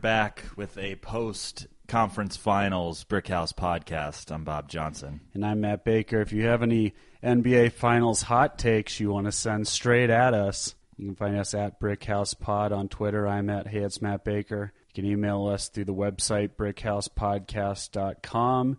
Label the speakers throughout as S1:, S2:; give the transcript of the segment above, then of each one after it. S1: back with a post conference finals Brickhouse podcast. I'm Bob Johnson.
S2: And I'm Matt Baker. If you have any NBA Finals hot takes you want to send straight at us, you can find us at BrickHousePod on Twitter. I'm at Hey, it's Matt Baker. You can email us through the website, brickhousepodcast.com.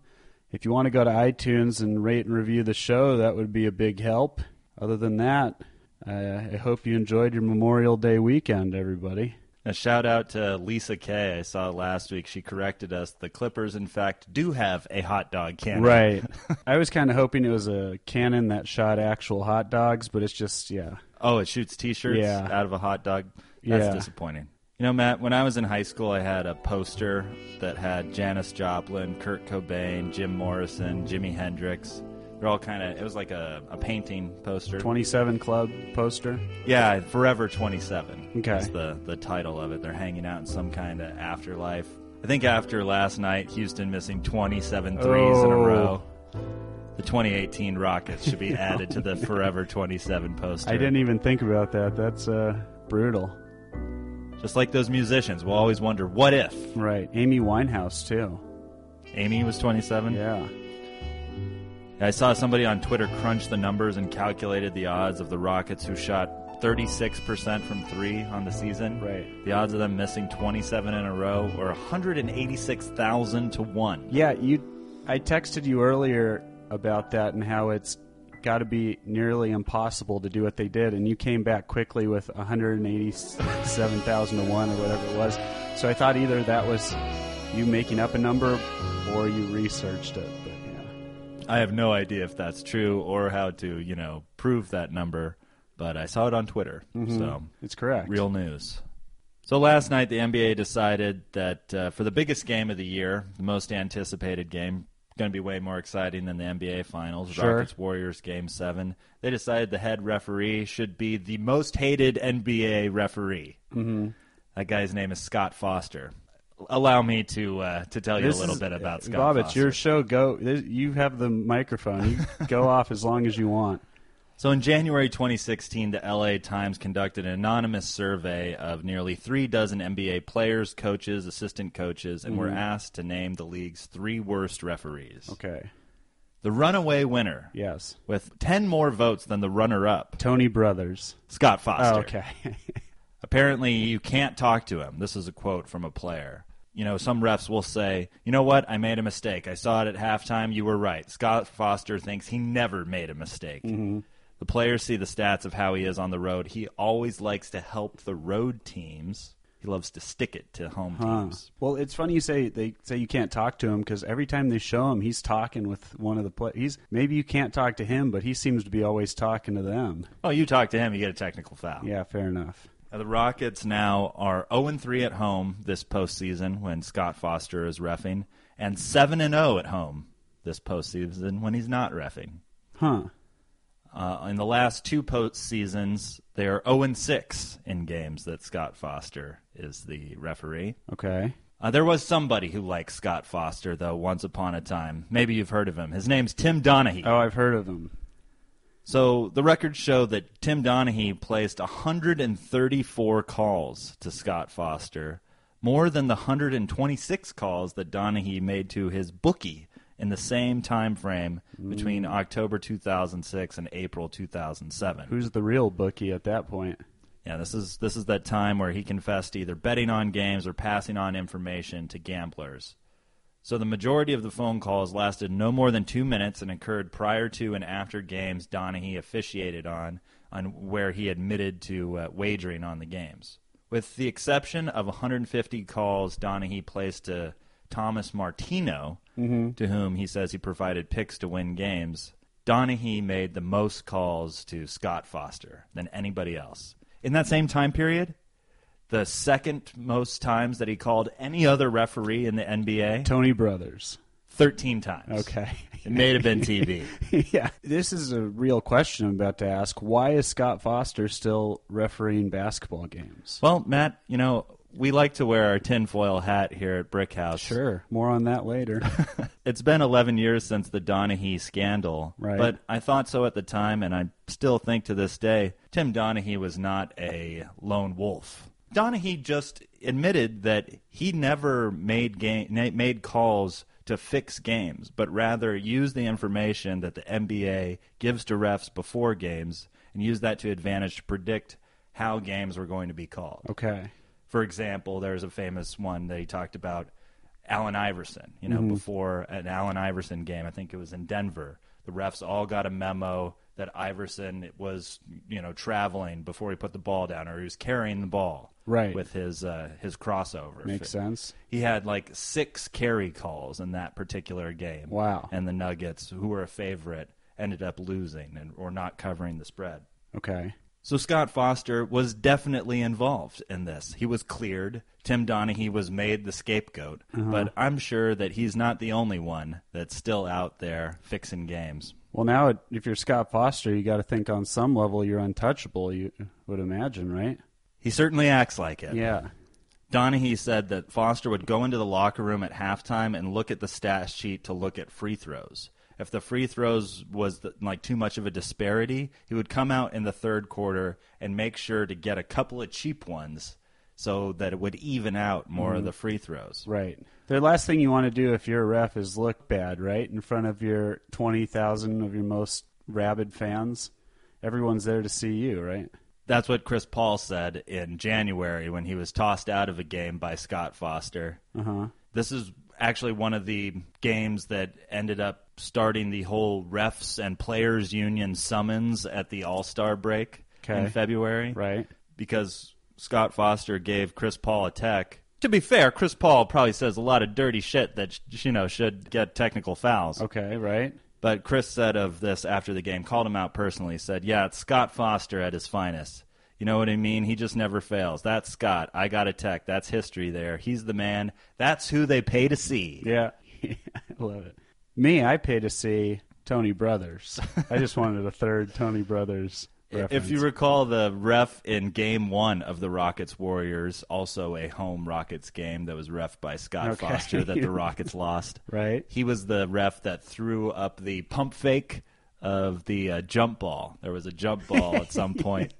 S2: If you want to go to iTunes and rate and review the show, that would be a big help. Other than that, uh, I, I hope you enjoyed your Memorial Day weekend, everybody.
S1: A shout out to Lisa Kay. I saw last week she corrected us. The Clippers, in fact, do have a hot dog cannon.
S2: Right. I was kind of hoping it was a cannon that shot actual hot dogs, but it's just, yeah.
S1: Oh, it shoots T-shirts
S2: Yeah.
S1: out of a hot dog. That's
S2: Yeah.
S1: disappointing. You know, Matt, when I was in high school, I had a poster that had Janis Joplin, Kurt Cobain, Jim Morrison, Jimi Hendrix. They're all kind of. It was like a, a painting poster.
S2: 27 Club poster.
S1: Yeah, Forever 27.
S2: Okay.
S1: Is the, the title of it. They're hanging out in some kind of afterlife. I think after last night, Houston missing 27 threes in a
S2: Oh.
S1: row. The 2018 Rockets should be added to the Forever 27 poster.
S2: I didn't even think about that. That's uh, brutal.
S1: Just like those musicians, we'll always wonder what if
S2: Right. Amy Winehouse, too.
S1: Amy was 27.
S2: Yeah.
S1: I saw somebody on Twitter crunch the numbers and calculated the odds of the Rockets who shot 36% from three on the season.
S2: Right.
S1: The odds of them missing 27 in a row were 186,000 to 1.
S2: Yeah, you. I texted you earlier about that and how it's got to be nearly impossible to do what they did, and you came back quickly with 187,000 to one or whatever it was. So I thought either that was you making up a number or you researched it. But yeah,
S1: I have no idea if that's true or how to, you know, prove that number, but I saw it on Twitter. So
S2: it's correct.
S1: Real news. So last night, the NBA decided that uh, for the biggest game of the year, the most anticipated game, going to be way more exciting than the NBA Finals,
S2: Sure.
S1: Rockets Warriors Game 7, they decided the head referee should be the most hated NBA referee. Mm-hmm. That guy's name is Scott Foster. Allow me to uh, to tell you
S2: This
S1: a little
S2: is-
S1: bit about Scott
S2: Bob,
S1: Foster.
S2: it's your show. Go. this- You have the microphone. You go off as long as you want.
S1: So in January 2016, the LA Times conducted an anonymous survey of nearly three dozen NBA players, coaches, assistant coaches, and were
S2: Mm-hmm.
S1: asked to name the league's three worst referees.
S2: Okay.
S1: The runaway winner,
S2: Yes.
S1: with 10 more votes than the runner up,
S2: Tony Brothers.
S1: Scott Foster.
S2: Oh, okay.
S1: Apparently, you can't talk to him. This is a quote from a player. You know, some refs will say, you know what, I made a mistake. I saw it at halftime. You were right. Scott Foster thinks he never made a mistake. The players see the stats of how he is on the road. He always likes to help the road teams, he loves to stick it to home teams.
S2: Uh, Well, it's funny you say they say you can't talk to him because every time they show him, he's talking with one of the players. He's maybe you can't talk to him, but he seems to be always talking to them.
S1: Oh, you talk to him, you get a technical foul.
S2: Yeah, fair enough.
S1: Now, The Rockets now are 0 3 at home this postseason when Scott Foster is refing, and 7 0 at home this postseason when he's not refing.
S2: Huh?
S1: Uh, in the last two postseasons, they are 0 and 6 in games that Scott Foster is the referee.
S2: Okay.
S1: Uh, there was somebody who liked Scott Foster, though, once upon a time. Maybe you've heard of him. His name's Tim Donahue.
S2: Oh, I've heard of him.
S1: So the records show that Tim Donahue placed 134 calls to Scott Foster, more than the 126 calls that Donahue made to his bookie in the same time frame between October 2006 and April 2007.
S2: Who's the real bookie at that point?
S1: Yeah, this is this is that time where he confessed to either betting on games or passing on information to gamblers. So the majority of the phone calls lasted no more than two minutes and occurred prior to and after games Donahue officiated on, on where he admitted to uh, wagering on the games. With the exception of 150 calls Donahue placed to Thomas Martino, to whom he says he provided picks to win games, Donahue made the most calls to Scott Foster than anybody else. In that same time period, the second most times that he called any other referee in the NBA,
S2: Tony Brothers.
S1: 13 times.
S2: Okay.
S1: It may have been TV.
S2: yeah. This is a real question I'm about to ask. Why is Scott Foster still refereeing basketball games?
S1: well, Matt, you know, we like to wear our tinfoil hat here at Brick House.
S2: Sure. More on that later.
S1: It's been 11 years since the Donahue scandal,
S2: Right.
S1: but I thought so at the time, and I still think to this day, Tim Donahue was not a lone wolf. Donahue just admitted that he never made game na- made calls to fix games, but rather used the information that the NBA gives to refs before games and used that to advantage to predict how games were going to be called.
S2: Okay.
S1: For example, there's a famous one that he talked about Allen Iverson, you know,
S2: Mm-hmm.
S1: before an Allen Iverson game, I think it was in Denver. The refs all got a memo that Iverson was, you know, traveling before he put the ball down or he was carrying the ball
S2: Right.
S1: with his uh, his crossover.
S2: Makes sense.
S1: He had like six carry calls in that particular game.
S2: Wow.
S1: And the Nuggets, who were a favorite, ended up losing and or not covering the spread.
S2: Okay.
S1: So Scott Foster was definitely involved in this. He was cleared. Tim Donaghy was made the scapegoat. But I'm sure that he's not the only one that's still out there fixing games.
S2: Well, now it, if you're Scott Foster, you got to think on some level you're untouchable. You would imagine, right?
S1: He certainly acts like it.
S2: Yeah.
S1: Donaghy said that Foster would go into the locker room at halftime and look at the stat sheet to look at free throws. If the free throws was the, like too much of a disparity, he would come out in the third quarter and make sure to get a couple of cheap ones so that it would even out more of the free throws.
S2: Right. The last thing you want to do if you're a ref is look bad, right? In front of your 20,000 of your most rabid fans. Everyone's there to see you, right?
S1: That's what Chris Paul said in January when he was tossed out of a game by Scott Foster.
S2: Uh-huh.
S1: This is actually one of the games that ended up starting the whole refs and players union summons at the All Star break
S2: Okay.
S1: in February
S2: Right.
S1: because Scott Foster gave Chris Paul a tech. To be fair, Chris Paul probably says a lot of dirty shit that you know should get technical fouls.
S2: Okay, right.
S1: But Chris said of this after the game, called him out personally, said, Yeah, it's Scott Foster at his finest. You know what I mean? He just never fails. That's Scott. I got a tech. That's history there. He's the man. That's who they pay to see.
S2: Yeah. I love it. Me, I pay to see Tony Brothers. I just wanted a third Tony Brothers reference.
S1: If you recall, the ref in game one of the Rockets Warriors, also a home Rockets game that was ref by Scott
S2: Okay.
S1: Foster that the Rockets lost.
S2: Right.
S1: He was the ref that threw up the pump fake of the uh, jump ball. There was a jump ball at some point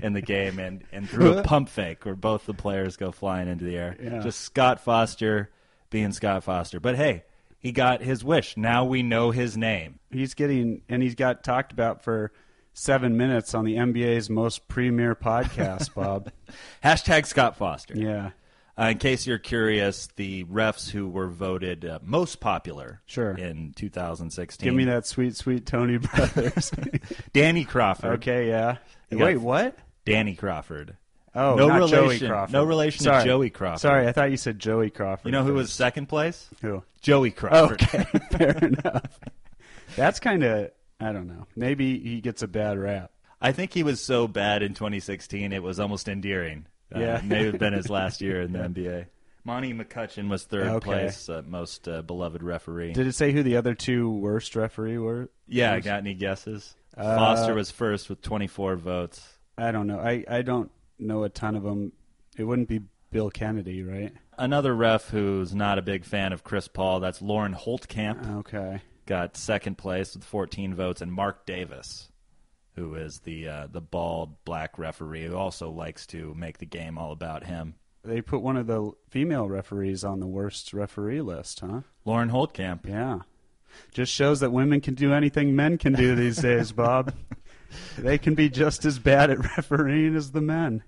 S1: in the game and, and threw a pump fake where both the players go flying into the air.
S2: Yeah.
S1: Just Scott Foster being Scott Foster. But hey, he got his wish. Now we know his name.
S2: He's getting, and he's got talked about for seven minutes on the NBA's most premier podcast, Bob.
S1: Hashtag Scott Foster.
S2: yeah,
S1: Uh, in case you're curious, the refs who were voted uh, most popular
S2: Sure.
S1: in 2016.
S2: give me that sweet, sweet Tony Brothers.
S1: Danny Crawford.
S2: okay, yeah.
S1: You
S2: Wait,
S1: got-
S2: what?
S1: Danny Crawford.
S2: Oh,
S1: No
S2: not Joey
S1: relation-
S2: Crawford.
S1: no relation to
S2: Sorry.
S1: Joey Crawford.
S2: Sorry, I thought you said Joey Crawford.
S1: You know who was
S2: first.
S1: second place?
S2: who?
S1: Joey Crawford.
S2: Okay, fair enough. That's kind of I don't know. Maybe he gets a bad rap.
S1: I think he was so bad in 2016 it was almost endearing. Uh,
S2: Yeah.
S1: it may have been his last year in the NBA. Monty McCutcheon was third
S2: Okay.
S1: place, uh, most uh, beloved referee.
S2: Did it say who the other two worst referee were?
S1: yeah, got any guesses?
S2: Uh,
S1: Foster was first with 24 votes.
S2: I don't know. I I don't know a ton of them. It wouldn't be Bill Kennedy, right?
S1: Another ref who's not a big fan of Chris Paul, that's Lauren Holtkamp,
S2: Okay.
S1: got second place with 14 votes, and Mark Davis, who is the uh, the bald black referee who also likes to make the game all about him.
S2: They put one of the female referees on the worst referee list, huh?
S1: Lauren Holtkamp.
S2: Yeah. Just shows that women can do anything men can do these days, Bob. They can be just as bad at refereeing as the men.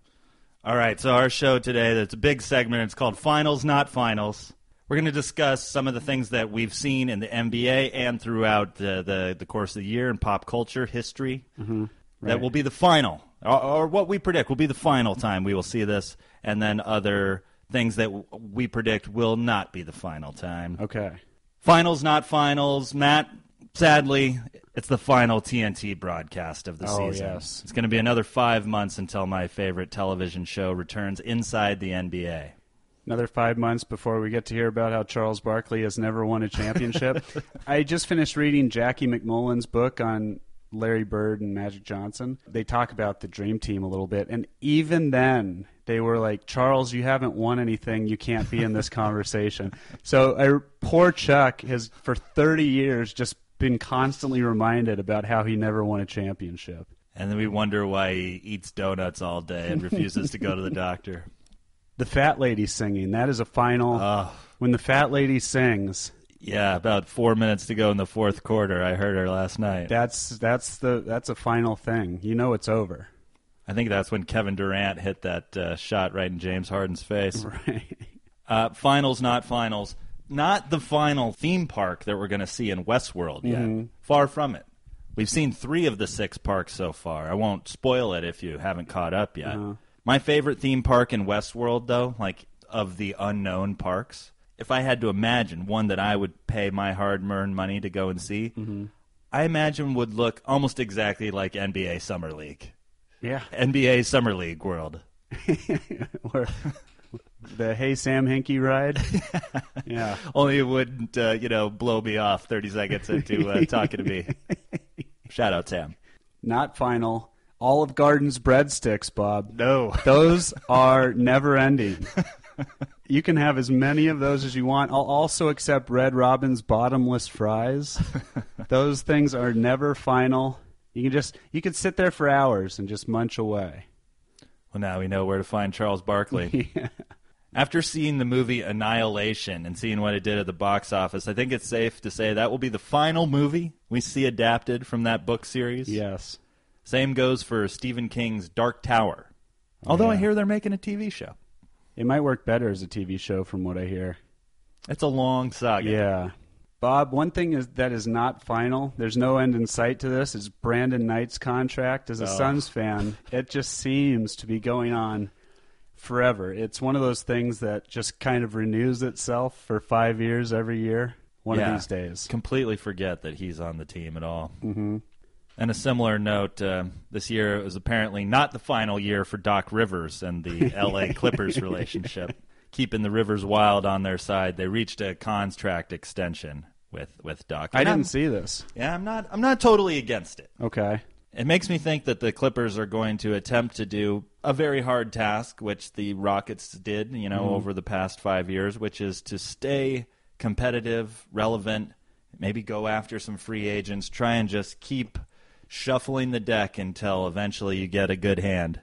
S1: All right, so our show today, that's a big segment. It's called Finals, Not Finals. We're going to discuss some of the things that we've seen in the NBA and throughout the, the, the course of the year in pop culture, history, that will be the final, or, or what we predict will be the final time we will see this, and then other things that w- we predict will not be the final time.
S2: Okay.
S1: Finals, Not Finals. Matt, sadly, it's the final TNT broadcast of the
S2: Oh,
S1: season.
S2: yes.
S1: It's going to be another five months until my favorite television show returns inside the NBA.
S2: Another five months before we get to hear about how Charles Barkley has never won a championship. I just finished reading Jackie McMullen's book on Larry Bird and Magic Johnson. They talk about the dream team a little bit. And even then, they were like, Charles, you haven't won anything. You can't be in this conversation. So I, poor Chuck has, for 30 years, just been constantly reminded about how he never won a championship.
S1: And then we wonder why he eats donuts all day and refuses to go to the doctor.
S2: The fat lady singing. That is a final.
S1: Ugh.
S2: when the fat lady sings,
S1: Yeah, about four minutes to go in the fourth quarter. I heard her last night.
S2: that's that's the that's a final thing. You know it's over.
S1: I think that's when Kevin Durant hit that uh, shot right in James Harden's face.
S2: Right.
S1: Uh, finals, not finals. Not the final theme park that we're going to see in Westworld yet. Far from it. We've seen three of the six parks so far. I won't spoil it if you haven't caught up yet. My favorite theme park in Westworld, though, like of the unknown parks, if I had to imagine one that I would pay my hard earned money to go and see, I imagine would look almost exactly like NBA Summer League.
S2: Yeah.
S1: NBA Summer League world.
S2: Or the Hey Sam Hinky ride. yeah.
S1: Only it wouldn't, uh, you know, blow me off 30 seconds into uh, talking to me. Shout out, Sam.
S2: Not final. Olive Garden's breadsticks, Bob.
S1: No.
S2: Those are never ending. You can have as many of those as you want. I'll also accept Red Robin's bottomless fries. Those things are never final. You can just you can sit there for hours and just munch away.
S1: Well, now we know where to find Charles Barkley. After seeing the movie Annihilation and seeing what it did at the box office, I think it's safe to say that will be the final movie we see adapted from that book series.
S2: Yes.
S1: Same goes for Stephen King's Dark Tower. Although I hear they're making a TV show.
S2: It might work better as a TV show from what I hear.
S1: It's a long saga.
S2: Yeah. Bob, one thing is that is not final. There's no end in sight to this. Is Brandon Knight's contract as a Suns fan? It just seems to be going on forever. It's one of those things that just kind of renews itself for five years every year. One
S1: Yeah.
S2: of these days.
S1: completely forget that he's on the team at all. Mm-hmm. And a similar note, uh, this year it was apparently not the final year for Doc Rivers and the L.A. Clippers relationship. Keeping the Rivers wild on their side, they reached a contract extension with with Doc.
S2: I
S1: And I'm-
S2: didn't see this.
S1: Yeah, I'm not. I'm not totally against it.
S2: Okay.
S1: It makes me think that the Clippers are going to attempt to do a very hard task, which the Rockets did, you know, over the past five years, which is to stay competitive, relevant, maybe go after some free agents, try and just keep shuffling the deck until eventually you get a good hand.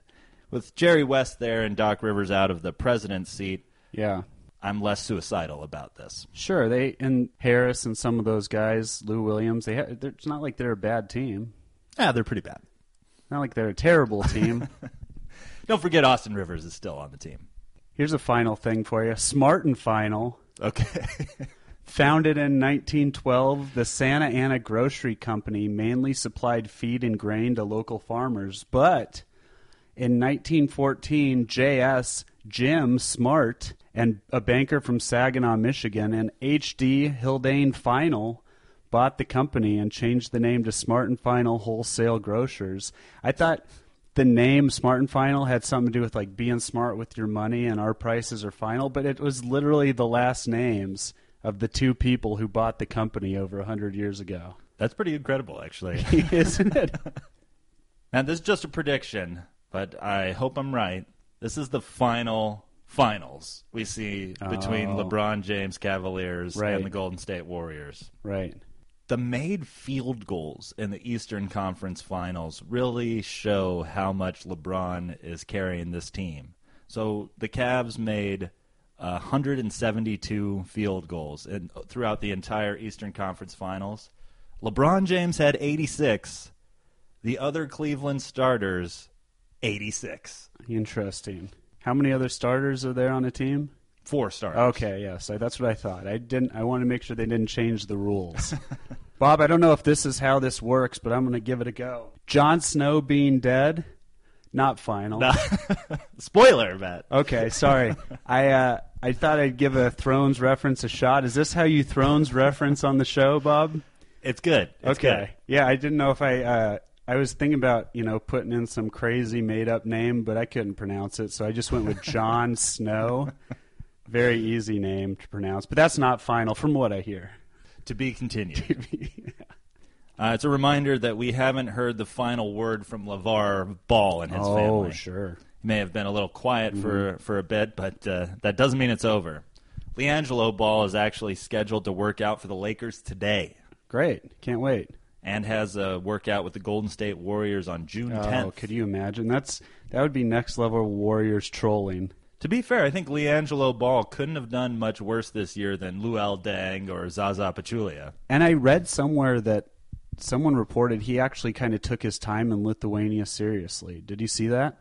S1: With Jerry West there and Doc Rivers out of the president's seat,
S2: Yeah.
S1: I'm less suicidal about this.
S2: Sure. They and Harris and some of those guys, Lou Williams. They ha- they're, it's not like they're a bad team.
S1: Yeah, Ah, they're pretty bad.
S2: Not like they're a terrible team.
S1: Don't forget Austin Rivers is still on the team.
S2: Here's a final thing for you. Smart and final.
S1: Okay.
S2: Founded in 1912, the Santa Ana Grocery Company mainly supplied feed and grain to local farmers. But in 1914, J.S. Jim Smart and a banker from Saginaw, Michigan, and H.D. Hildane Final bought the company and changed the name to Smart and Final Wholesale Grocers. I thought the name Smart and Final had something to do with like being smart with your money and our prices are final, but it was literally the last names of the two people who bought the company over 100 years ago.
S1: That's pretty incredible, actually.
S2: Isn't it?
S1: Now, this is just a prediction, but I hope I'm right. This is the final finals we see between LeBron James Cavaliers
S2: Right.
S1: and the Golden State Warriors.
S2: right.
S1: The made field goals in the Eastern Conference Finals really show how much LeBron is carrying this team. So the Cavs made uh, 172 field goals in, throughout the entire Eastern Conference Finals. LeBron James had 86. The other Cleveland starters, 86.
S2: Interesting. How many other starters are there on a team?
S1: Four starters.
S2: Okay, yeah. So that's what I thought. I didn't. I want to make sure they didn't change the rules. Bob, I don't know if this is how this works, but I'm going to give it a go. Jon Snow being dead, not final.
S1: Spoiler, Matt.
S2: Okay, sorry. I uh, I thought I'd give a Thrones reference a shot. Is this how you Thrones reference on the show, Bob?
S1: It's good. It's
S2: okay. Yeah, I didn't know if I. Uh, I was thinking about you know putting in some crazy made up name, but I couldn't pronounce it, so I just went with John Snow. Very easy name to pronounce, but that's not final from what I hear.
S1: good. To be continued. Uh, it's a reminder that we haven't heard the final word from LeVar Ball and his
S2: Oh,
S1: family.
S2: sure.
S1: He may have been a little quiet for, for a bit, but uh, that doesn't mean it's over. LiAngelo Ball is actually scheduled to work out for the Lakers today
S2: Great. Can't wait.
S1: and has a workout with the Golden State Warriors on June
S2: Oh,
S1: 10th.
S2: could you imagine? That's that would be next level Warriors trolling.
S1: To be fair, I think LiAngelo Ball couldn't have done much worse this year than Luol Deng or Zaza Pachulia.
S2: And I read somewhere that someone reported he actually kind of took his time in Lithuania seriously. Did you see that?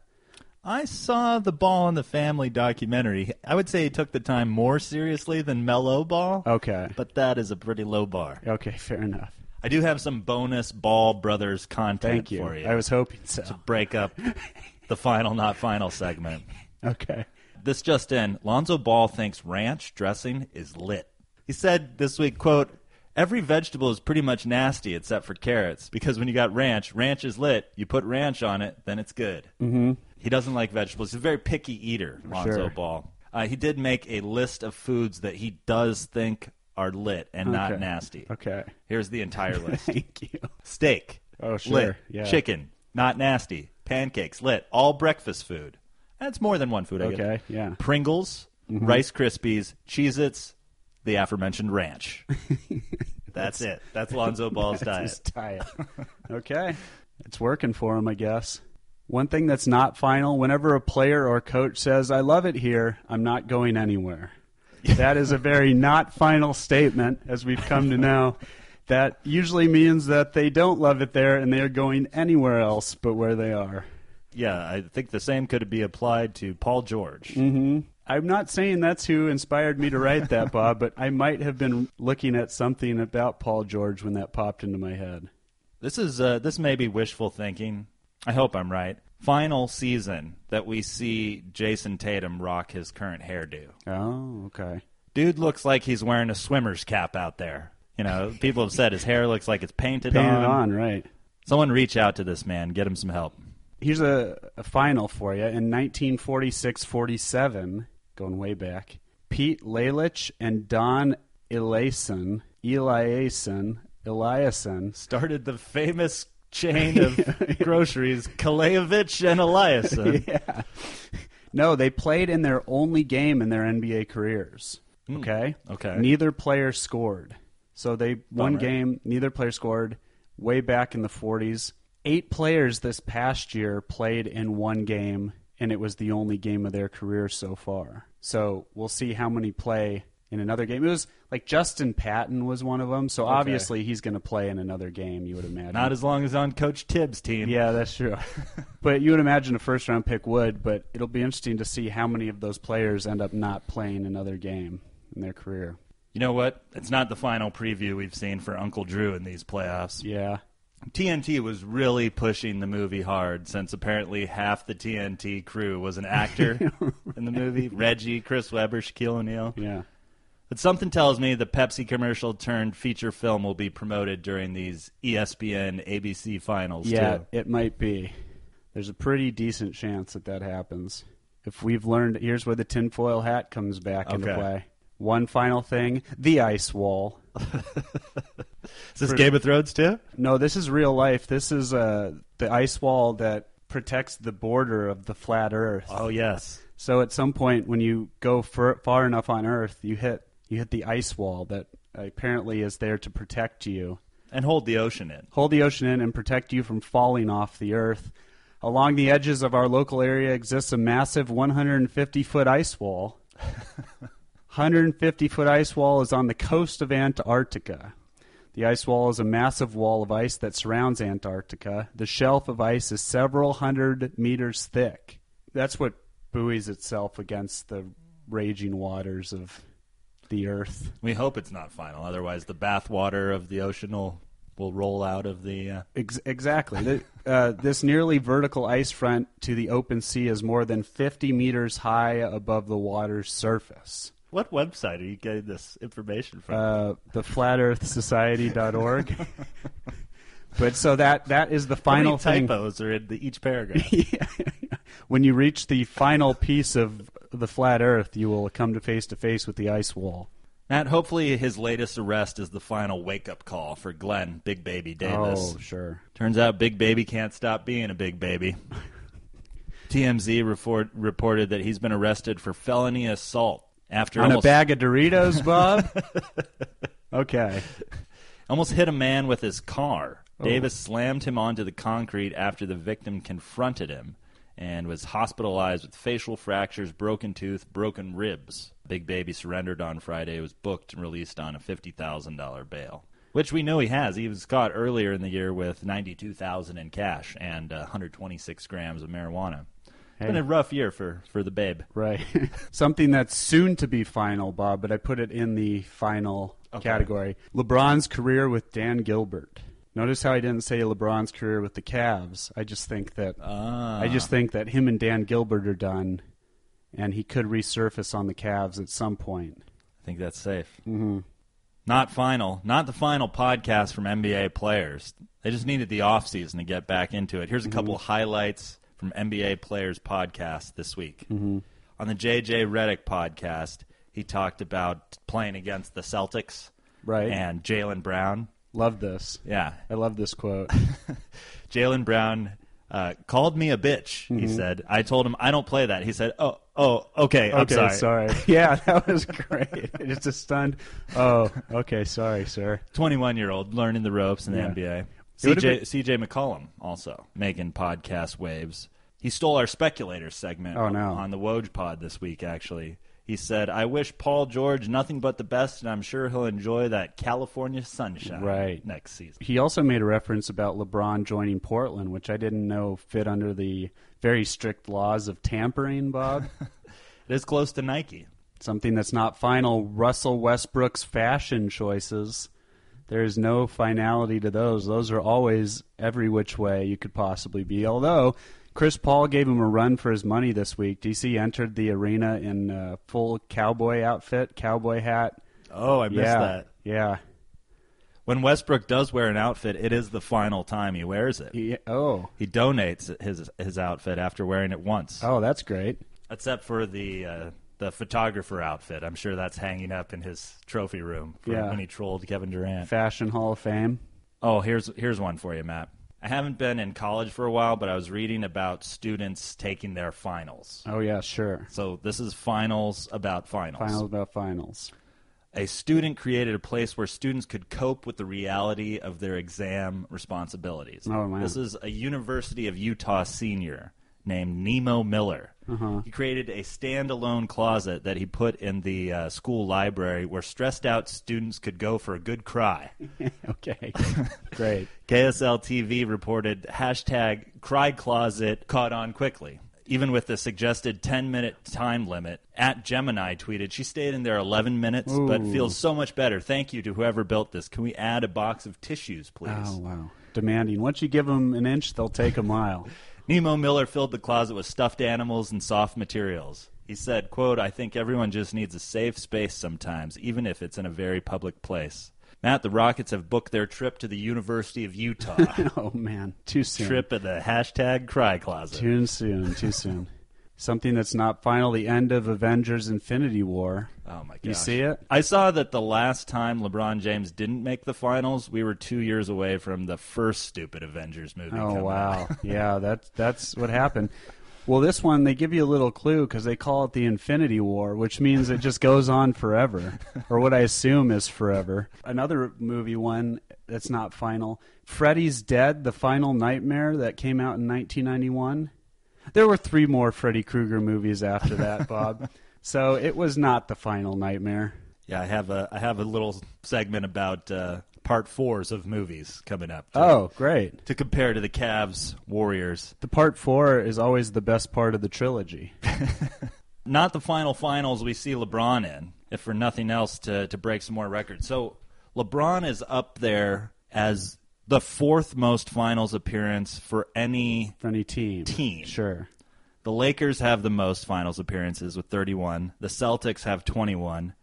S1: I saw the Ball in the Family documentary. I would say he took the time more seriously than Mellow Ball,
S2: Okay.
S1: but that is a pretty low bar.
S2: Okay, fair enough.
S1: I do have some bonus Ball Brothers content
S2: Thank you.
S1: for you
S2: I was hoping so.
S1: to break up the final, not final segment.
S2: Okay.
S1: This just in, Lonzo Ball thinks ranch dressing is lit. He said this week, quote, Every vegetable is pretty much nasty except for carrots because when you got ranch, ranch is lit. You put ranch on it, then it's good. Mm-hmm. He doesn't like vegetables. He's a very picky eater, Lonzo
S2: Sure.
S1: Ball. Uh, he did make a list of foods that he does think are lit and not
S2: Okay.
S1: nasty.
S2: Okay.
S1: Here's the entire list
S2: Thank you.
S1: steak.
S2: Oh, sure,
S1: Lit.
S2: yeah.
S1: Chicken. Not nasty. Pancakes. Lit. All breakfast food. That's more than one food, I guess.
S2: Okay, yeah. Mm-hmm.
S1: Pringles, Rice Krispies, Cheez Its, the aforementioned ranch. That's it. That's Lonzo Ball's diet.
S2: Just tie it. okay. It's working for him, I guess. One thing that's not final whenever a player or coach says, I love it here, I'm not going anywhere. that is a very not final statement, as we've come to know. That usually means that they don't love it there and they are going anywhere else but where they are.
S1: Yeah, I think the same could be applied to Paul George.
S2: Mm. Mm-hmm. I'm not saying that's who inspired me to write that, Bob, but I might have been looking at something about Paul George when that popped into my head.
S1: This is uh, this may be wishful thinking. I hope I'm right. Final season that we see Jason Tatum rock his current hairdo.
S2: Oh, okay.
S1: Dude looks like he's wearing a swimmer's cap out there. You know, people have said his hair looks like it's painted,
S2: Painted on, right.
S1: Someone reach out to this man, get him some help.
S2: Here's a, a final for you. In 1946-47, going way back, Pete Lalich and Don Eliason, Eliason, Eliason,
S1: Started the famous chain of groceries, Kalevich and Eliason.
S2: no, they played in their only game in their NBA careers. Okay?
S1: Hmm. okay.
S2: Neither player scored. So they one
S1: Bummer.
S2: game, neither player scored way back in the 40s. Eight players this past year played in one game and it was the only game of their career so far. So we'll see how many play in another game. It was like Justin Patton was one of them, so obviously he's going to play in another game, you would imagine.
S1: Not as long as on Coach Tibbs' team.
S2: Yeah, that's true. but you would imagine a first round pick would, but it'll be interesting to see how many of those players end up not playing another game in their career.
S1: You know what? It's not the final preview we've seen for Uncle Drew in these playoffs.
S2: Yeah.
S1: TNT was really pushing the movie hard since apparently half the TNT crew was an actor in the movie Reggie, Chris Webber, Shaquille O'Neal.
S2: Yeah.
S1: But something tells me the Pepsi commercial turned feature film will be promoted during these E ESPN ABC finals
S2: Yeah,
S1: too.
S2: it might be. There's a pretty decent chance that that happens. If we've learned, here's where the tinfoil hat comes back into
S1: Okay.
S2: play. One final thing the ice wall.
S1: Is this Game of Thrones too?
S2: No, this is real life. This is uh, the ice wall that protects the border of the flat earth.
S1: Oh yes.
S2: So at some point, when you go fur- far enough on Earth, you hit you hit the ice wall that apparently is there to protect you,
S1: And hold the ocean in.
S2: hold the ocean in, and protect you from falling off the Earth. Along the edges of our local area exists a massive 150 foot ice wall. 150 foot ice wall is on the coast of Antarctica. The ice wall is a massive wall of ice that surrounds Antarctica. The shelf of ice is several hundred meters thick. That's what buoys itself against the raging waters of the earth.
S1: We hope it's not final, otherwise the bathwater of the ocean will, will roll out of the uh,
S2: Ex- exactly. The- uh, this nearly vertical ice front to the open sea is more than 50 meters high above the water's surface.
S1: What website are you getting this information from?
S2: Uh, the flatearthsociety.org. but so that that is the final
S1: How many
S2: thing.
S1: typos are in the, each paragraph.
S2: when you reach the final piece of the flat earth, you will come to face to face with the ice wall.
S1: Matt, hopefully his latest arrest is the final wake up call for Glenn Big Baby Davis.
S2: Oh, sure.
S1: Turns out Big Baby can't stop being a big baby. TMZ report, reported that he's been arrested for felony assault after
S2: On a
S1: almost,
S2: bag of Doritos, Bob? okay.
S1: almost hit a man with his car. Davis slammed him onto the concrete after the victim confronted him. and was hospitalized with facial fractures, broken tooth, broken ribs. Big Baby surrendered on Friday, was booked and released on a $50,000 bail, which we know he has. He was caught earlier in the year with 92000 in cash and uh, 126 grams of marijuana. It's been
S2: Hey.
S1: a rough year for, for the babe.
S2: Right. Something that's soon to be final, Bob, but I put it in the final
S1: Okay.
S2: category. LeBron's career with Dan Gilbert. Notice how I didn't say LeBron's career with the Cavs. I just think that
S1: Ah.
S2: I just think that him and Dan Gilbert are done and he could resurface on the Cavs at some point.
S1: I think that's safe. Mm-hmm. Not final, not the final podcast from NBA players. They just needed the offseason to get back into it.
S2: Mm-hmm.
S1: Here's a couple highlights from NBA players podcast this week.
S2: Mm-hmm.
S1: On the JJ Reddick podcast, he talked about playing against the Celtics
S2: Right.
S1: and Jalen Brown.
S2: Love this.
S1: Yeah,
S2: I love this quote.
S1: Jalen Brown uh, called me a bitch. He
S2: Mm-hmm.
S1: said, "I told him I don't play that." He said, "Oh, oh, okay, I'm
S2: okay,
S1: sorry."
S2: yeah, that was great. it's a stunned. Oh, okay, sorry, sir.
S1: 21 year old learning the ropes in the
S2: Yeah.
S1: NBA.
S2: It would've
S1: CJ, CJ McCollum also making podcast waves. He stole our speculator segment
S2: Oh, no.
S1: on the Woj pod this week, actually. He said, I wish Paul George nothing but the best, and I'm sure he'll enjoy that California sunshine
S2: Right.
S1: next season.
S2: He also made a reference about LeBron joining Portland, which I didn't know fit under the very strict laws of tampering, Bob.
S1: It is close to Nike.
S2: Something that's not final. Russell Westbrook's fashion choices. There is no finality to those. Those are always every which way you could possibly be. Although Chris Paul gave him a run for his money this week. DC entered the arena in uh, full cowboy outfit, cowboy hat.
S1: Oh, I missed
S2: yeah,
S1: that.
S2: yeah.
S1: When Westbrook does wear an outfit, it is the final time he wears it.
S2: He- oh,
S1: He donates his his outfit after wearing it once.
S2: oh, that's great.
S1: except for the uh, the photographer outfit. I'm sure that's hanging up in his trophy room for
S2: Yeah.
S1: when he trolled Kevin Durant.
S2: Fashion Hall of Fame.
S1: Oh, here's here's one for you, Matt. I haven't been in college for a while, but I was reading about students taking their finals.
S2: Oh yeah, sure.
S1: So this is finals about finals.
S2: Finals about finals.
S1: A student created a place where students could cope with the reality of their exam responsibilities.
S2: Oh, man.
S1: This is a University of Utah senior named Nemo Miller. He created a standalone closet that he put in the uh, school library where stressed out students could go for a good cry.
S2: okay, great.
S1: KSL TV reported hashtag cry closet caught on quickly. Even with the suggested 10 minute time limit, at Gemini tweeted, she stayed in there 11 minutes, but feels so much better. Thank you to whoever built this. Can we add a box of tissues, please?
S2: Oh wow, demanding. Once you give them an inch, they'll take a mile.
S1: Nemo Miller filled the closet with stuffed animals and soft materials. He said, quote, I think everyone just needs a safe space sometimes, even if it's in a very public place. Matt, the Rockets have booked their trip to the University of Utah.
S2: oh man, too soon.
S1: trip in the hashtag cry closet.
S2: Too soon. Too soon. Something that's not final. The end of Avengers: Infinity War.
S1: Oh my gosh.
S2: You see it?
S1: I saw that the last time LeBron James didn't make the finals, we were 2 years away from the first stupid Avengers movie
S2: Oh
S1: coming out.
S2: wow, yeah. That's that's what happened. Well, this one they give you a little clue because they call it the Infinity War, which means it just goes on forever, or what I assume is forever. Another movie one that's not final. Freddy's Dead: The Final Nightmare that came out in 1991. There were three more Freddy Krueger movies after that, Bob. so it was not the final nightmare.
S1: Yeah, I have a I have a little segment about uh, part 4s of movies coming up. To,
S2: Oh, great.
S1: to compare to the Cavs Warriors.
S2: The part four is always the best part of the trilogy.
S1: Not the final finals we see LeBron in, if for nothing else to to break some more records. So LeBron is up there as the fourth most finals appearance for any
S2: For any team.
S1: Team.
S2: Sure.
S1: The Lakers have the most finals appearances with 31. The Celtics have 21.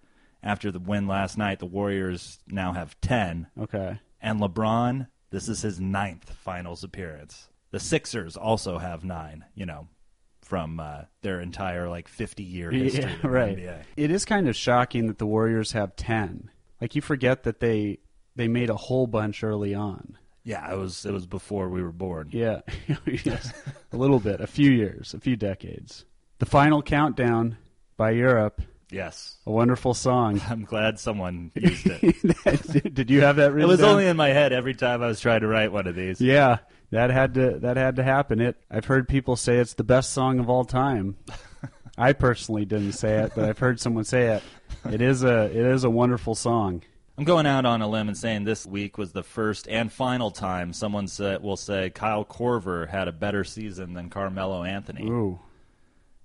S1: After the win last night, the Warriors now have 10.
S2: Okay.
S1: And LeBron, this is his ninth finals appearance. The Sixers also have nine, you know, from uh, their entire like 50 year history.
S2: Yeah,
S1: of the
S2: right.
S1: NBA.
S2: It is kind of shocking that the Warriors have ten. Like you forget that they they made a whole bunch early on.
S1: Yeah, it was it was before we were born.
S2: Yeah, Yes. a little bit, a few years, a few decades. The final countdown by Europe,
S1: Yes.
S2: a wonderful song.
S1: I'm glad someone used it.
S2: Did you have that?
S1: it
S2: Written
S1: was
S2: down?
S1: only in my head every time I was trying to write one of these.
S2: Yeah, That had to that had to happen. It I've heard people say it's the best song of all time. I personally didn't say it, but I've heard someone say it. It is a it is a wonderful song.
S1: I'm going out on a limb and saying this week was the first and final time someone said, will say Kyle Corver had a better season than Carmelo Anthony.
S2: Ooh.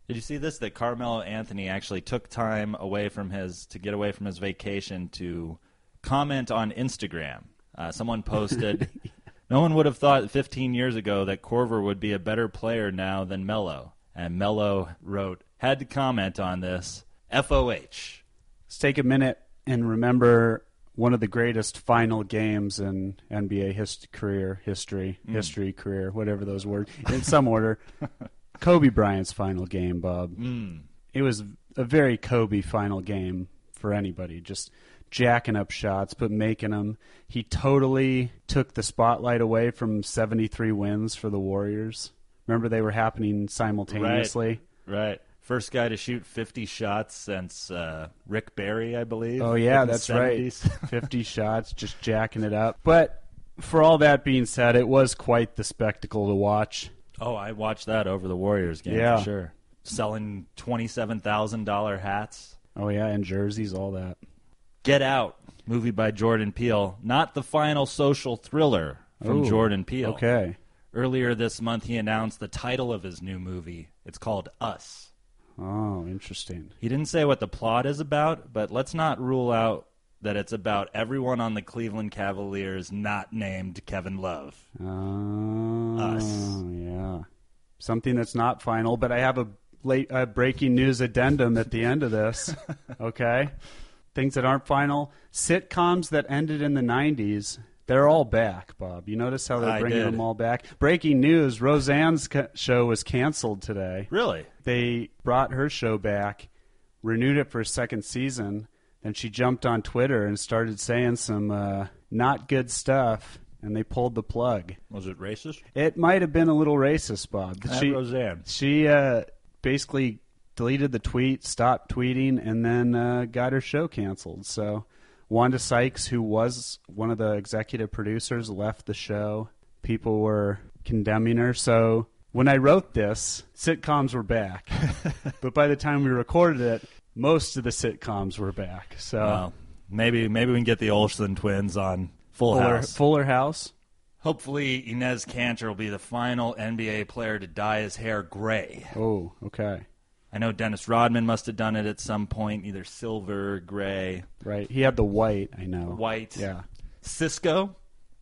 S1: Did you see this? That Carmelo Anthony actually took time away from his to get away from his vacation to comment on Instagram. Uh, someone posted, "No one would have thought 15 years ago that Corver would be a better player now than Mello." And Mello wrote, "Had to comment on this." FOH.
S2: Let's take a minute and remember one of the greatest final games in NBA hist- career history, history career, whatever those words in some order. Kobe Bryant's final game, Bob. It was a very Kobe final game for anybody. Just jacking up shots, but making them. He totally took the spotlight away from 73 wins for the Warriors. Remember they were happening simultaneously.
S1: Right. First guy to shoot 50 shots since uh, Rick Barry, I believe.
S2: Oh yeah,
S1: in the
S2: that's
S1: 70s.
S2: right. Fifty shots, just jacking it up. But for all that being said, it was quite the spectacle to watch.
S1: Oh, I watched that over the Warriors game
S2: Yeah.
S1: for sure. Selling twenty-seven thousand dollar hats.
S2: Oh yeah, and jerseys, all that.
S1: Get Out, movie by Jordan Peele, not the final social thriller from
S2: Ooh,
S1: Jordan Peele.
S2: Okay.
S1: Earlier this month, he announced the title of his new movie. It's called Us.
S2: Oh, interesting.
S1: He didn't say what the plot is about, but let's not rule out that it's about everyone on the Cleveland Cavaliers not named Kevin Love.
S2: Oh,
S1: Us.
S2: Yeah. Something that's not final, but I have a late uh, breaking news addendum at the end of this. Okay. Things that aren't final. Sitcoms that ended in the 90s, they're all back, Bob. You notice how they're
S1: I
S2: bringing
S1: did.
S2: them all back? Breaking news Roseanne's ca- show was canceled today.
S1: Really?
S2: They brought her show back, renewed it for a second season. Then she jumped on Twitter and started saying some uh, not good stuff, and they pulled the plug.
S1: Was it racist?
S2: It might have been a little racist, Bob.
S1: At
S2: She
S1: Roseanne.
S2: she uh, basically deleted the tweet, stopped tweeting, and then uh, got her show canceled. So Wanda Sykes, who was one of the executive producers, left the show. People were condemning her. So when I wrote this, sitcoms were back, but by the time we recorded it, most of the sitcoms were back. So
S1: Well, maybe maybe we can get the Olsen twins on Full,
S2: Fuller,
S1: House.
S2: Fuller House.
S1: Hopefully, Inez Cantor will be the final NBA player to dye his hair gray.
S2: Oh, okay.
S1: I know Dennis Rodman must have done it at some point, either silver, gray,
S2: Right. He had the white, I know.
S1: white.
S2: Yeah.
S1: Cisco.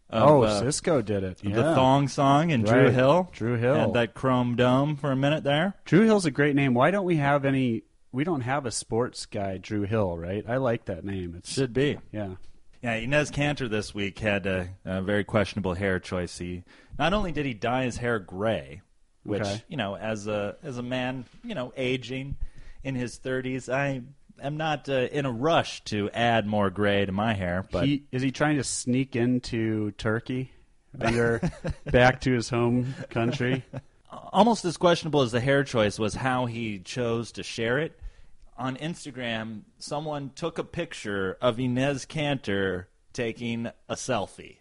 S1: Of,
S2: Oh,
S1: uh,
S2: Cisco did it.
S1: of
S2: Yeah.
S1: The thong song and Drew
S2: Right.
S1: Hill.
S2: Drew Hill.
S1: Had that chrome dome for a minute there.
S2: Drew Hill's a great name. Why don't we have any? We don't have a sports guy, Drew Hill, right? I like that name. It's
S1: Should be.
S2: yeah.
S1: Yeah, Inez Cantor this week had a, a very questionable hair choice. He not only did he dye his hair gray, which
S2: Okay.
S1: you know, as a as a man, you know, aging in his thirties, I am not uh, in a rush to add more gray to my hair. But
S2: he, is he trying to sneak into Turkey under back to his home country?
S1: almost as questionable as the hair choice was how he chose to share it. On Instagram, someone took a picture of Inez Cantor taking a selfie.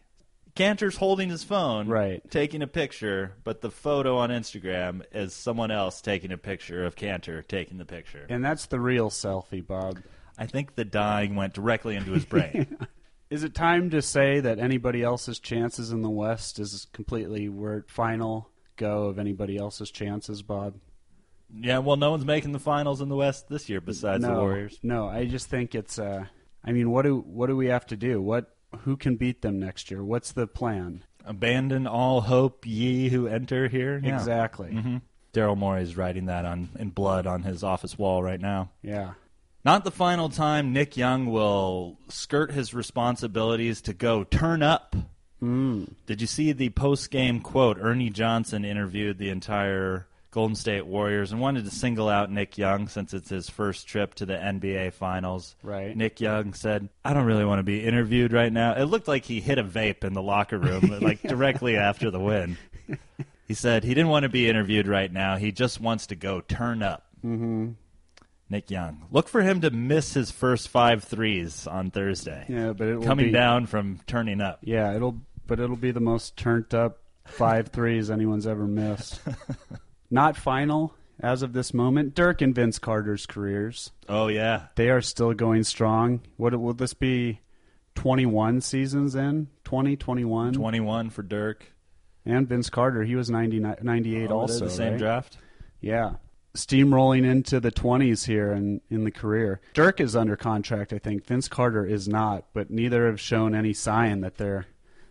S1: Cantor's holding his phone,
S2: Right.
S1: taking a picture, but the photo on Instagram is someone else taking a picture of Cantor taking the picture.
S2: And that's the real selfie, Bob.
S1: I think the dying went directly into his brain.
S2: Is it time to say that anybody else's chances in the West is completely we're at final go of anybody else's chances, Bob?
S1: yeah, well, no one's making the finals in the West this year besides the Warriors.
S2: No, I just think it's. Uh, I mean, what do what do we have to do? What who can beat them next year? What's the plan
S1: Abandon all hope, ye who enter here. Yeah. Mm-hmm.
S2: exactly?
S1: Daryl Morey's writing that on in blood on his office wall right now.
S2: Yeah,
S1: Not the final time Nick Young will skirt his responsibilities to go turn up. Did you see the post game quote? Ernie Johnson interviewed the entire Golden State Warriors and wanted to single out Nick Young since it's his first trip to the NBA Finals.
S2: Right.
S1: Nick Young said, I don't really want to be interviewed right now. It looked like he hit a vape in the locker room, like directly after the win. He said he didn't want to be interviewed right now. He just wants to go turn up. Mm-hmm. Nick Young. Look for him to miss his first five threes on Thursday.
S2: yeah, but it will
S1: Coming
S2: be,
S1: down from turning up.
S2: Yeah, it'll but it'll be the most turned up five threes anyone's ever missed. Not final as of this moment. Dirk and Vince Carter's careers.
S1: Oh yeah,
S2: They are still going strong. What will this be? 21 seasons in? 20, 21?
S1: 21 for Dirk.
S2: And Vince Carter, he was 90, 98
S1: Oh, they're
S2: also.
S1: the same
S2: right?
S1: draft.
S2: Yeah. Steamrolling into the 20s here in, in the career. Dirk is under contract, I think. Vince Carter is not, but neither have shown any sign that they're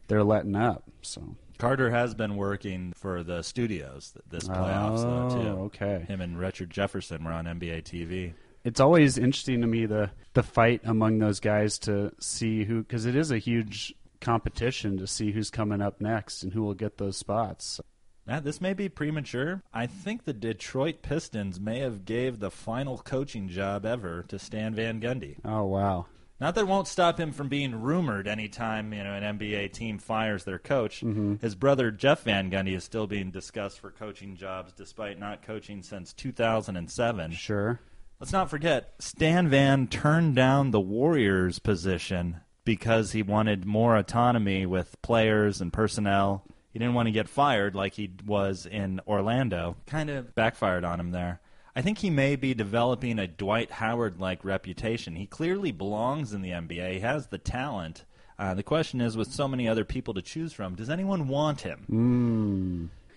S2: they're letting up. So
S1: Carter has been working for the studios th- this playoffs though too.
S2: Oh, okay.
S1: Him and Richard Jefferson were on NBA TV.
S2: It's always interesting to me the the fight among those guys to see who because it is a huge competition to see who's coming up next and who will get those spots.
S1: Now, this may be premature. I think the Detroit Pistons may have gave the final coaching job ever to Stan Van Gundy.
S2: Oh wow.
S1: Not that it won't stop him from being rumored anytime you know an NBA team fires their coach. His brother Jeff Van Gundy is still being discussed for coaching jobs, despite not coaching since 2007.
S2: Sure.
S1: Let's not forget Stan Van turned down the Warriors position because he wanted more autonomy with players and personnel. He didn't want to get fired like he was in Orlando. Kind of backfired on him there. I think he may be developing a Dwight Howard like reputation. He clearly belongs in the NBA. He has the talent. Uh, the question is, with so many other people to choose from, does anyone want him?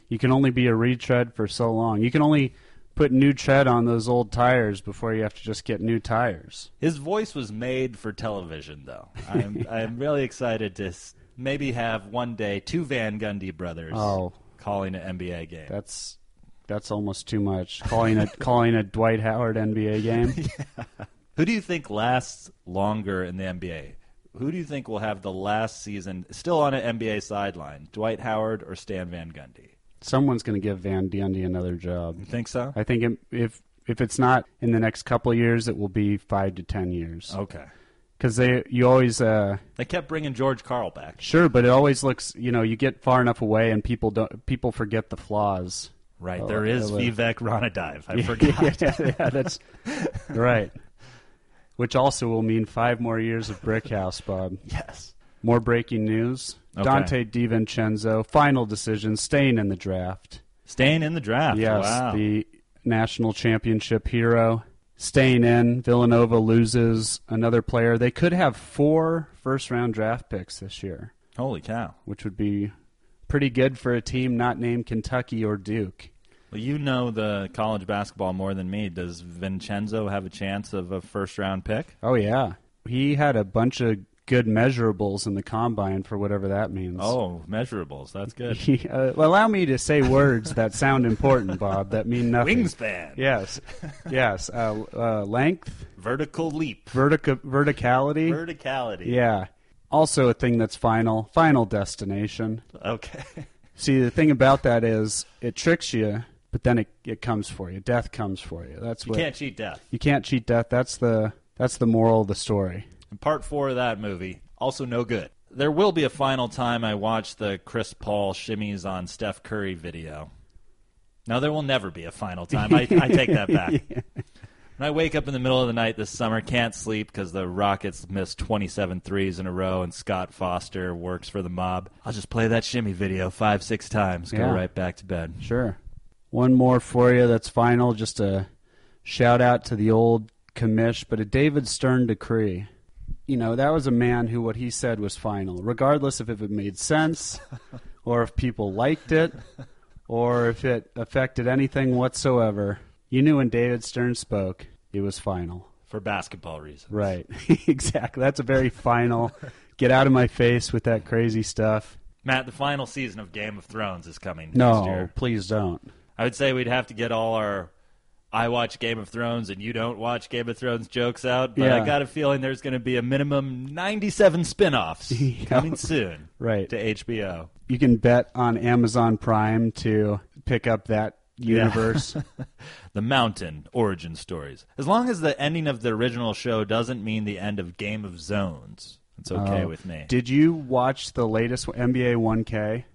S2: You can only be a retread for so long. You can only put new tread on those old tires before you have to just get new tires.
S1: His voice was made for television, though. I'm I'm really excited to s- maybe have one day two Van Gundy brothers
S2: Oh.
S1: calling an NBA game.
S2: That's that's almost too much. Calling a calling a Dwight Howard NBA game.
S1: Who do you think lasts longer in the NBA? Who do you think will have the last season still on an NBA sideline? Dwight Howard or Stan Van Gundy?
S2: Someone's going to give Van Gundy another job.
S1: You think so?
S2: I think it, if if it's not in the next couple of years, it will be five to ten years.
S1: Okay.
S2: Because they you always uh,
S1: They kept bringing George Carl back.
S2: sure, but it always looks you know you get far enough away and people don't people forget the flaws.
S1: Right.
S2: Oh,
S1: there is
S2: hello.
S1: Vivek Ranadive. I forgot.
S2: yeah, yeah, that's right. Which also will mean five more years of Brick House, Bob.
S1: Yes.
S2: More breaking news:
S1: Okay.
S2: Dante Divincenzo final decision staying in the draft.
S1: Staying in the draft.
S2: Yes,
S1: Wow.
S2: the national championship hero staying in. Villanova loses another player. They could have four first round draft picks this year,
S1: Holy cow.
S2: which would be pretty good for a team not named Kentucky or Duke.
S1: Well, you know the college basketball more than me. Does Vincenzo have a chance of a first round pick?
S2: Oh yeah, he had a bunch of good measurables in the combine for whatever that means.
S1: Oh, measurables. That's good.
S2: He- uh, well, allow me to say words that sound important, Bob, that mean nothing.
S1: Wingspan.
S2: Yes, yes. Uh, uh, length,
S1: Vertical leap.
S2: vertica- verticality.
S1: Verticality.
S2: Yeah. Also, a thing that's final, final destination.
S1: Okay.
S2: See, the thing about that is it tricks you, but then it, it comes for you. Death comes for you. That's
S1: You
S2: what
S1: can't cheat death.
S2: you can't cheat death. That's the that's the moral of the story.
S1: And part four of that movie, also no good. There will be a final time I watch the Chris Paul shimmies on Steph Curry video. No, there will never be a final time. I, I take that back. When I wake up in the middle of the night this summer, can't sleep because the Rockets missed 27 threes in a row and Scott Foster works for the mob, I'll just play that shimmy video five, six times, go
S2: Yeah.
S1: right back to bed.
S2: Sure. One more for you that's final. Just a shout out to the old commish, but a David Stern decree. You know, that was a man who what he said was final, regardless if it made sense or if people liked it or if it affected anything whatsoever. You knew when David Stern spoke, it was final.
S1: For basketball reasons.
S2: Right. exactly. That's a very final. Get out of my face with that crazy stuff.
S1: Matt, the final season of Game of Thrones is coming next
S2: No,
S1: year.
S2: please don't.
S1: I would say we'd have to get all our I watch Game of Thrones and you don't watch Game of Thrones jokes out, but I
S2: Yeah.
S1: got a feeling there's going to be a minimum 97 spin offs
S2: Yeah.
S1: coming soon
S2: Right.
S1: to HBO.
S2: you can bet on Amazon Prime to pick up that universe.
S1: The Mountain origin stories. As long as the ending of the original show doesn't mean the end of Game of Zones, it's okay
S2: Oh.
S1: with me.
S2: Did you watch the latest one- NBA 1K?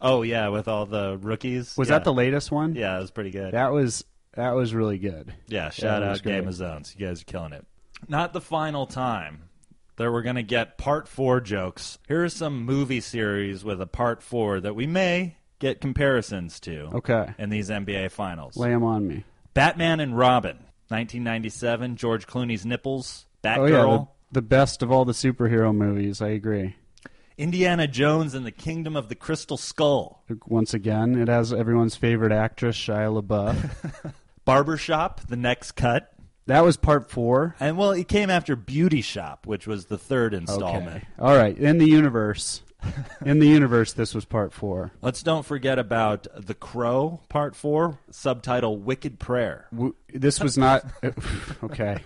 S1: oh yeah, with all the rookies.
S2: Was
S1: Yeah.
S2: that the latest one?
S1: Yeah, it was pretty good.
S2: That was that was really good.
S1: Yeah, shout
S2: that was
S1: out Game
S2: great.
S1: of Zones. You guys are killing it. Not the final time. that we're going to get part four jokes. Here are some movie series with a part four that we may get comparisons to
S2: Okay.
S1: in these NBA finals.
S2: Lay them on me.
S1: Batman and Robin, 1997, George Clooney's nipples, Batgirl,
S2: oh, yeah. The, the best of all the superhero movies. I agree.
S1: Indiana Jones and the Kingdom of the Crystal Skull,
S2: Once again, it has everyone's favorite actress, Shia LaBeouf.
S1: Barbershop, The Next Cut,
S2: that was part four.
S1: and well, it came after Beauty Shop, which was the third installment.
S2: Okay. All right. In the universe. In the universe, this was part four.
S1: Let's don't forget about The Crow, Part 4, subtitle Wicked Prayer.
S2: W- This was not. Okay.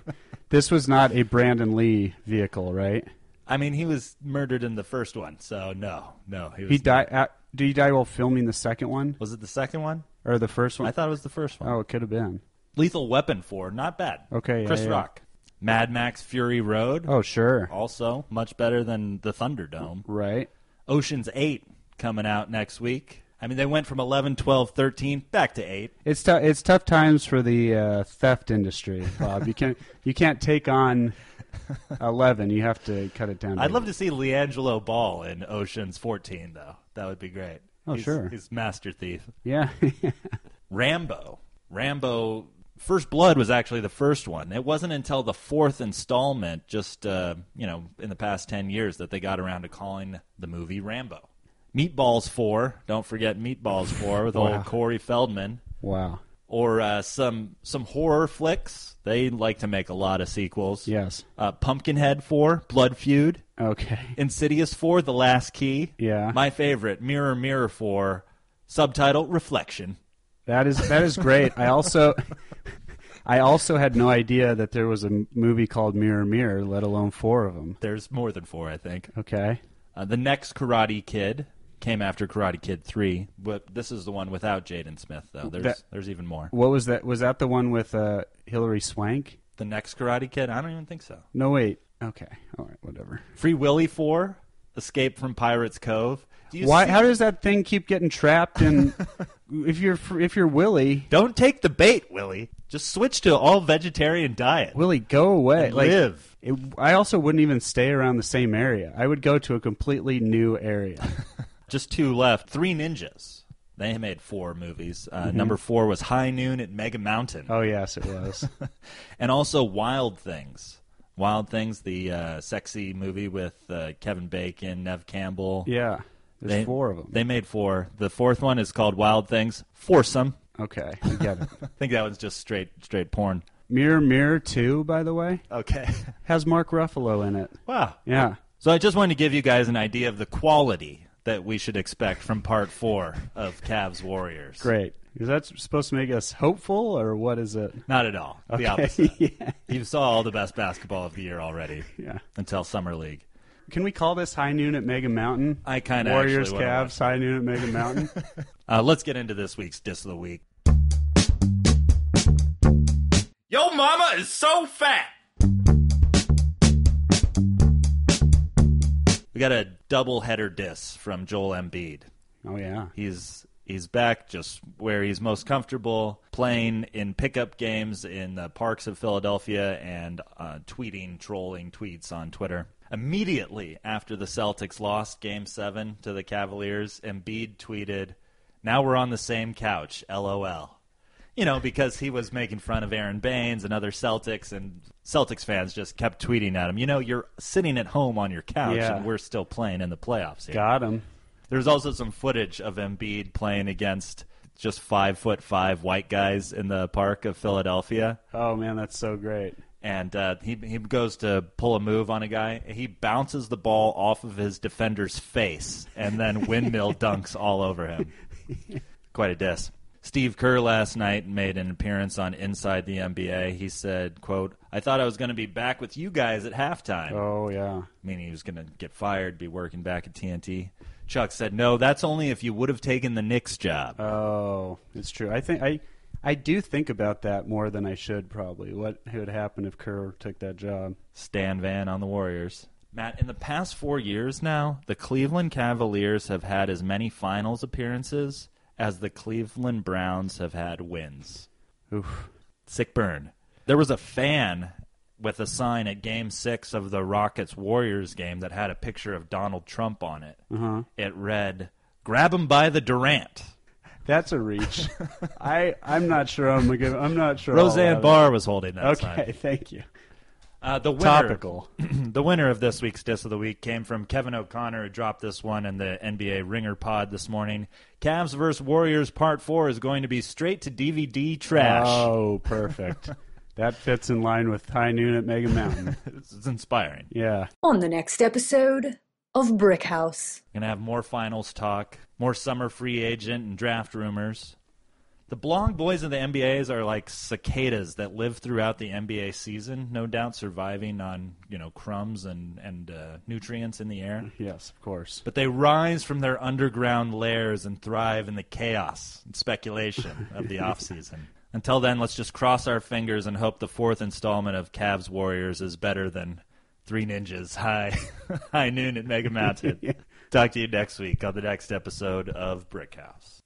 S2: This was not a Brandon Lee vehicle, right?
S1: I mean, he was murdered in the first one, so no, no. He, was,
S2: He died. At, did he die while filming the second one
S1: Was it the second one?
S2: or the first one?
S1: I thought it was the first one.
S2: oh, it could have been.
S1: Lethal Weapon 4, not bad.
S2: Okay, yeah,
S1: Chris
S2: yeah.
S1: Rock. Mad Max Fury Road,
S2: Oh, sure.
S1: also much better than the Thunderdome.
S2: Right.
S1: Ocean's 8 coming out next week. I mean, they went from 11, 12, 13 back to 8.
S2: It's tough. It's tough times for the uh, theft industry, Bob. you can't. You can't take on eleven. You have to cut it down.
S1: I'd
S2: eight.
S1: love to see LiAngelo Ball in Ocean's 14, though. That would be great.
S2: Oh,
S1: He's-
S2: sure.
S1: He's master thief.
S2: Yeah.
S1: Rambo. Rambo First Blood was actually the first one. It wasn't until the fourth installment, just uh, you know, in the past ten years, that they got around to calling the movie Rambo. Meatballs Four. Don't forget Meatballs Four with
S2: Wow.
S1: old Corey Feldman.
S2: wow.
S1: Or uh, some some horror flicks. They like to make a lot of sequels.
S2: Yes.
S1: Uh, Pumpkinhead Four, Blood Feud,
S2: Okay.
S1: Insidious Four, The Last Key.
S2: Yeah.
S1: My favorite, Mirror Mirror Four. Subtitle Reflection.
S2: That is that is great. I also. I also had no idea that there was a m- movie called Mirror Mirror, let alone four of them.
S1: There's more than four, I think.
S2: Okay.
S1: Uh, the next Karate Kid came after Karate Kid three, but this is the one without Jaden Smith though. There's
S2: That-
S1: there's even more.
S2: What was that? Was that the one with uh, Hilary Swank?
S1: The next Karate Kid, I don't even think so.
S2: No, wait. Okay. All right. Whatever.
S1: Free Willy four, Escape from Pirates Cove. Do you
S2: Why?
S1: see-
S2: How does that thing keep getting trapped? in if you're fr- if you're Willie,
S1: don't take the bait, Willy. Just switch to all vegetarian diet.
S2: Willie, go away.
S1: And live.
S2: It, I also wouldn't even stay around the same area. I would go to a completely new area.
S1: Just two left. Three ninjas. They made four movies. Uh, Number four was High Noon at Mega Mountain.
S2: Mm-hmm. oh yes, it was.
S1: and also Wild Things. Wild Things, the uh, sexy movie with uh, Kevin Bacon, Nev Campbell.
S2: Yeah, there's
S1: They-
S2: four of them.
S1: They made four. The fourth one is called Wild Things Foursome.
S2: okay, I get it.
S1: I think that one's just straight straight porn.
S2: Mirror Mirror Two, by the way,
S1: Okay.
S2: has Mark Ruffalo in it.
S1: wow.
S2: Yeah,
S1: So I just wanted to give you guys an idea of the quality that we should expect from part four of Cavs Warriors.
S2: great. Is that supposed to make us hopeful, or what is it?
S1: Not at all. The opposite. You saw all the best basketball of the year already
S2: Yeah.
S1: until summer league.
S2: Can we call this High Noon at Mega Mountain?
S1: I kinda
S2: Warriors
S1: actually wanna
S2: Cavs High Noon at Mega Mountain.
S1: Uh, let's get into this week's Diss of the Week. Yo mama is so fat. We got a double header diss from Joel Embiid.
S2: oh yeah.
S1: He's he's back just where he's most comfortable, playing in pickup games in the parks of Philadelphia and uh, tweeting trolling tweets on Twitter. Immediately after the Celtics lost Game Seven to the Cavaliers, Embiid tweeted, "Now we're on the same couch, LOL." You know, because he was making fun of Aaron Baines and other Celtics, and Celtics fans just kept tweeting at him. You know, you're sitting at home on your couch,
S2: Yeah.
S1: and we're still playing in the playoffs here.
S2: Got him.
S1: There's also some footage of Embiid playing against just five foot five white guys in the park of Philadelphia,
S2: Oh man, that's so great.
S1: and uh, he he goes to pull a move on a guy. He bounces the ball off of his defender's face and then windmill dunks all over him. Quite a diss. Steve Kerr last night made an appearance on Inside the NBA. He said, "quote I thought I was going to be back with you guys at halftime."
S2: Oh yeah.
S1: meaning he was going to get fired, be working back at TNT. Chuck said, "No, that's only if you would have taken the Knicks job."
S2: Oh, it's true. I think I I do think about that more than I should probably. What would happen if Kerr took that job?
S1: Stan Van on the Warriors. Matt, in the past four years now, the Cleveland Cavaliers have had as many finals appearances as the Cleveland Browns have had wins.
S2: Oof.
S1: Sick burn. There was a fan with a sign at game six of the Rockets Warriors game that had a picture of Donald Trump on it.
S2: Uh-huh.
S1: It read, Grab him by the Durant.
S2: That's a reach. I I'm not sure I'm gonna give, I'm not sure. I'll allow
S1: Roseanne
S2: that.
S1: Barr was holding that sign.
S2: Okay, thank you.
S1: Uh, the winner,
S2: Topical.
S1: the winner of this week's Diss of the Week came from Kevin O'Connor, who dropped this one in the NBA Ringer Pod this morning. Cavs versus Warriors Part 4 is going to be straight to DVD trash.
S2: Oh, perfect. that fits in line with High Noon at Mega Mountain.
S1: it's inspiring.
S2: Yeah.
S3: on the next episode of Brick House.
S1: Gonna have more finals talk, more summer free agent and draft rumors. The Blong boys in the NBAs are like cicadas that live throughout the NBA season, no doubt surviving on you know crumbs and and uh, nutrients in the air.
S2: Yes, of course.
S1: But they rise from their underground lairs and thrive in the chaos and speculation of the offseason. Until then, let's just cross our fingers and hope the fourth installment of Cavs Warriors is better than Three Ninjas High, high Noon at Mega Mountain. Talk to you next week on the next episode of Brick House.